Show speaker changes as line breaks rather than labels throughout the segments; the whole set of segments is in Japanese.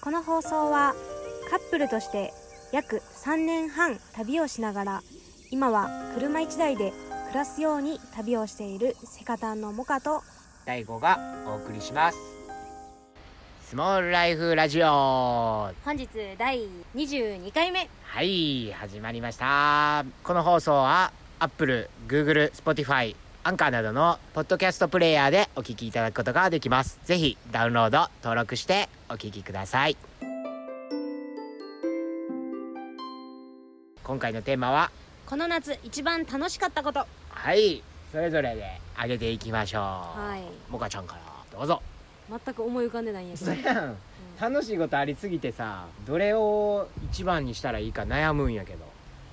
この放送はカップルとして約3年半旅をしながら今は車1台で暮らすように旅をしているセカタンのモカと
第5がお送りしますスモールライフラジオは
本日第22回目
い始まりましたこの放送は Apple、Google、Spotify、アンカーなどのポッドキャストプレイヤーでお聞きいただくことができますぜひダウンロード登録してお聞きください今回のテーマは
この夏一番楽しかったこと
はいそれぞれで上げていきましょうはいモカちゃんからどうぞ
全く思い浮かんでないんやけど、
そりゃ楽しいことありすぎてさどれを一番にしたらいいか悩むんやけど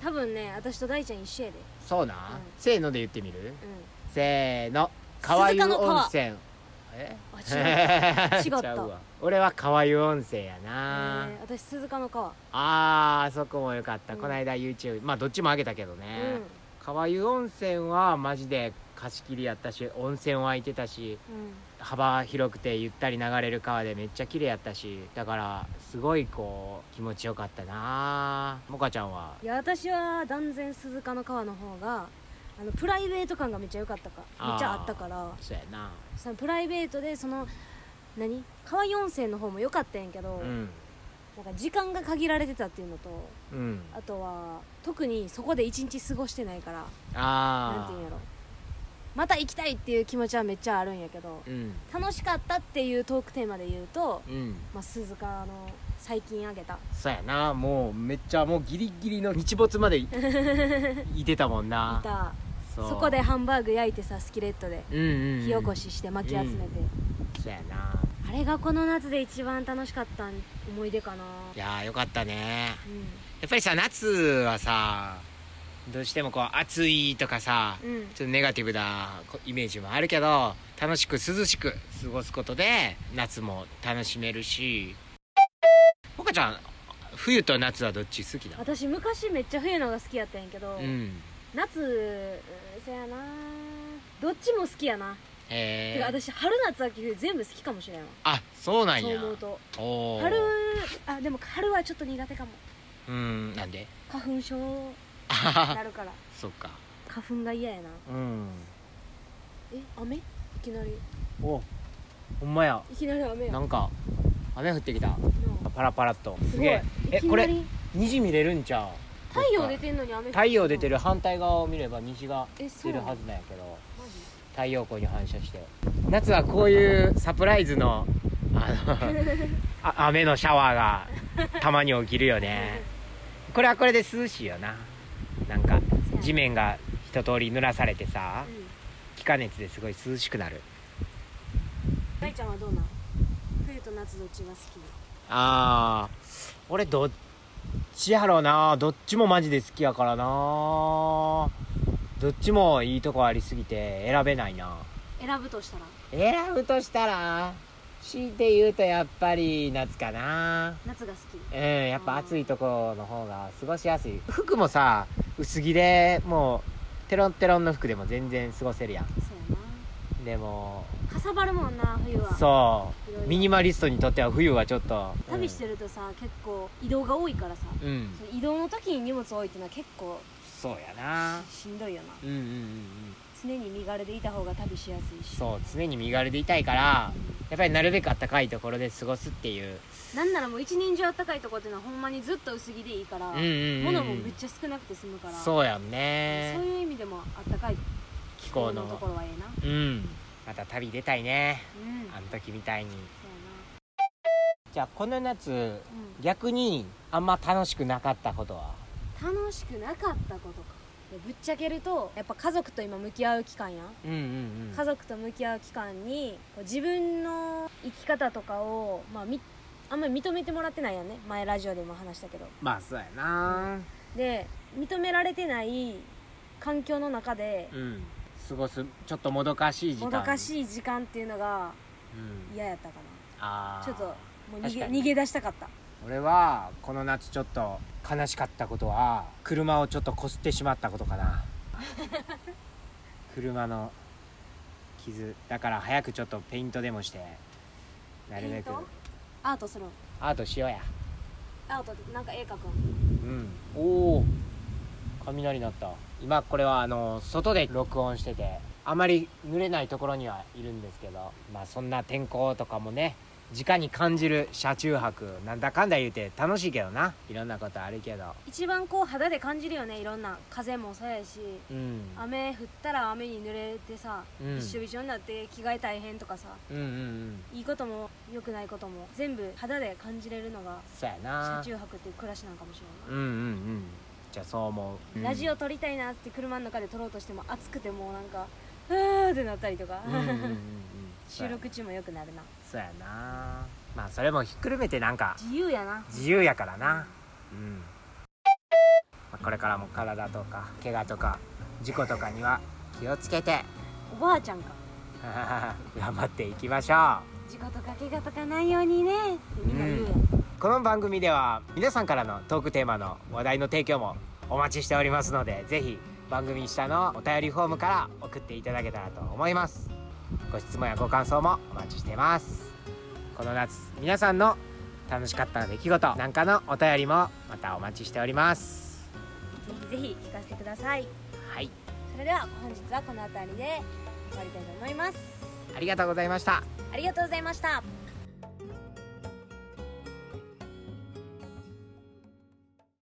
多分ね私と大ちゃん一緒やで
そうな、
うん
せーので言ってみる
う
せーの川
鈴
湯
鹿の川
温泉え
あ違う違った
ちゃうわ俺は川湯温泉やな、
ん、えー私鈴鹿の川
あーあそこもよかった、
うん
こないだ YouTube まあどっちもあげたけど
う
ね
ん、
川湯温泉はマジで貸し切りやったし温泉湧いてたし
うん
幅広くてゆったり流れる川でめっちゃ綺麗やったしだからすごいこう気持ちよかったなもかちゃんはい
や私は断然鈴鹿の川の方があのプライベート感がめっちゃ良かったか
あー
めっちゃあったから
そうやな
そのプライベートでその何川四世の方も良かったんやけど、
うん
なんか時間が限られてたっていうのと
うん
あとは特にそこで一日過ごしてないからなん
あ
ていうんや
あ
ろまた行きたいっていう気持ちはめっちゃあるんやけど
うん
楽しかったっていうトークテーマで言うと、
うん
まあ、鈴鹿の最近あげた
そうやなもうめっちゃもうギリギリの日没 までいいてたもんな
歌
う
そこでハンバーグ焼いてさスキレットで
うんうんうん
火起こしして巻き集めて、
そうやな
あれがこの夏で一番楽しかった思い出かな、
いやーよかったね
う
やっぱりさ夏はさどうしてもこう暑いとかさ、
んうん、
ちょっとネガティブなこイメージもあるけど楽しく涼しく過ごすことで夏も楽しめるしほかちゃん冬と夏はどっち好きだ
私昔めっちゃ冬のが好きやったんやけど、
うん
夏うんせやなどっちも好きやな、
へ
てか
え
私春夏秋冬全部好きかもしれんわ
あそうなん
そう
や
思うと
おお
春あでも春はちょっと苦手かも
うんな んで
花粉症
あはは
なるから
そっか
花粉が嫌やな
うん
え雨いきなり
おほんまや
いきなり雨や
な
なあ
んか雨降ってきたパラパラっと
す
す
ごい
げええ
いき
こ
な
れ
り
虹見れるんちゃう
太陽出てんのに雨降ってきた
太陽出てる反対側を見れば虹が
えそ
出
うな
る
の
はずなんやけど
マジ
太陽光に反射して夏はこういうサプライズのあのあ雨のシャワーがたまに起きるよねこれはこれで涼しいよななんか地面が一通り濡らされてさ
うん
気化熱ですごい涼しくなる
大ちゃんはどうなん冬と夏どっちが好き
あー俺どっちやろうなどっちもマジで好きやからなどっちもいいとこありすぎて選べないな
選ぶとしたら
選ぶとしたら強いて言うとやっぱり夏かな
夏が好
うんやっぱ暑いとこの方が過ごしやすい服もさ薄着でもうテロンテロンの服でも全然過ごせるや
きそうやなん
でも
かさばるもんな冬は
そうミニマリストにとっては冬はちょっと
旅してるとさ結構移動が多いからさ
うん、うん、
その移動の時に荷物多いってのは結構
そうやな
しんどいよな
うんうんうんうん
常に身軽でいた方が旅しやすいし
そう常に身軽でいたいから
う
やっぱりなるべく暖かいところで過ごすっていう
うんなんならもう一人中あったかいとこっていうのはほんまにずっと薄着でいいから、
うんうん、うん、
物もめっちゃ少なくて済むから
そうやん
そう
ね
いう意味でもあったかい
気候の
ところはええな
うんまた旅出たいね
うん
あの時みたいに
そう
じゃあこの夏
やな、うん
逆にあんま楽しくなかったことは
楽しくなかったことかでぶっちゃけるとやっぱ家族と今向き合う期間やん、
うんうん
家族と向き合う期間にこう自分の生き方とかを、まあ、みあんまり認めてもらってないやんね前ラジオでも話したけど
まあそうやな
で認められてない環境の中で
うん過ごすちょっともどかしい時間
もどか
い、
しい時間っていうのが
うん、
嫌やったかな
ああ
ちょっともう逃
確
げ
かに
逃げ出したかった
俺はこの夏ちょっと悲しかったことは車をちょっとこすってしまったこと かな車の傷だから早くちょっとペイントでもしてなるべく
ペイントアートするん
アートしようや
アートってなんか絵描くん
うんおお雷鳴った今これはあの外で録音しててあまり濡れないところにはいるんですけどまあそんな天候とかもね直に感じる車中泊なんだかんだ言うて楽しいけどないろんなことあるけど
一番こう肌で感じるよねいろんな風もそうやし
うん
雨降ったら雨に濡れてさ、
うん
びしょびしょになって着替え大変とかさ
うんうんうん
いいことも良くないことも全部肌で感じれるのが
そうや
車
な
中泊っていう暮らしなんかもしれない
うんうんうんじゃあそう思う、うん
ラジオ撮りたいなって車の中で撮ろうとしても暑くてもうなんか「うー」ってなったりとか、
うんうんうんうん
収録中もよくなるな
そうやなまあそれもひっくるめてなんか
自由やな
自由やからなうんまあこれからも体とか怪我とか事故とかには気をつけて
おばあちゃんか
頑張っていきましょ
事故とか怪我とかないようにねってみんな言うやん、
うこの番組では皆さんからのトークテーマの話題の提供もお待ちしておりますのでぜひ番組下のお便りフォームから送っていただけたらと思いますご質問やご感想もお待ちしてますこの夏皆さんの楽しかった出来事なんかのお便りもまたお待ちしております
ぜひぜひ聞かせてください
はい
それでは本日はこの辺りで終わりたいと思います
ありがとうございました
ありがとうございました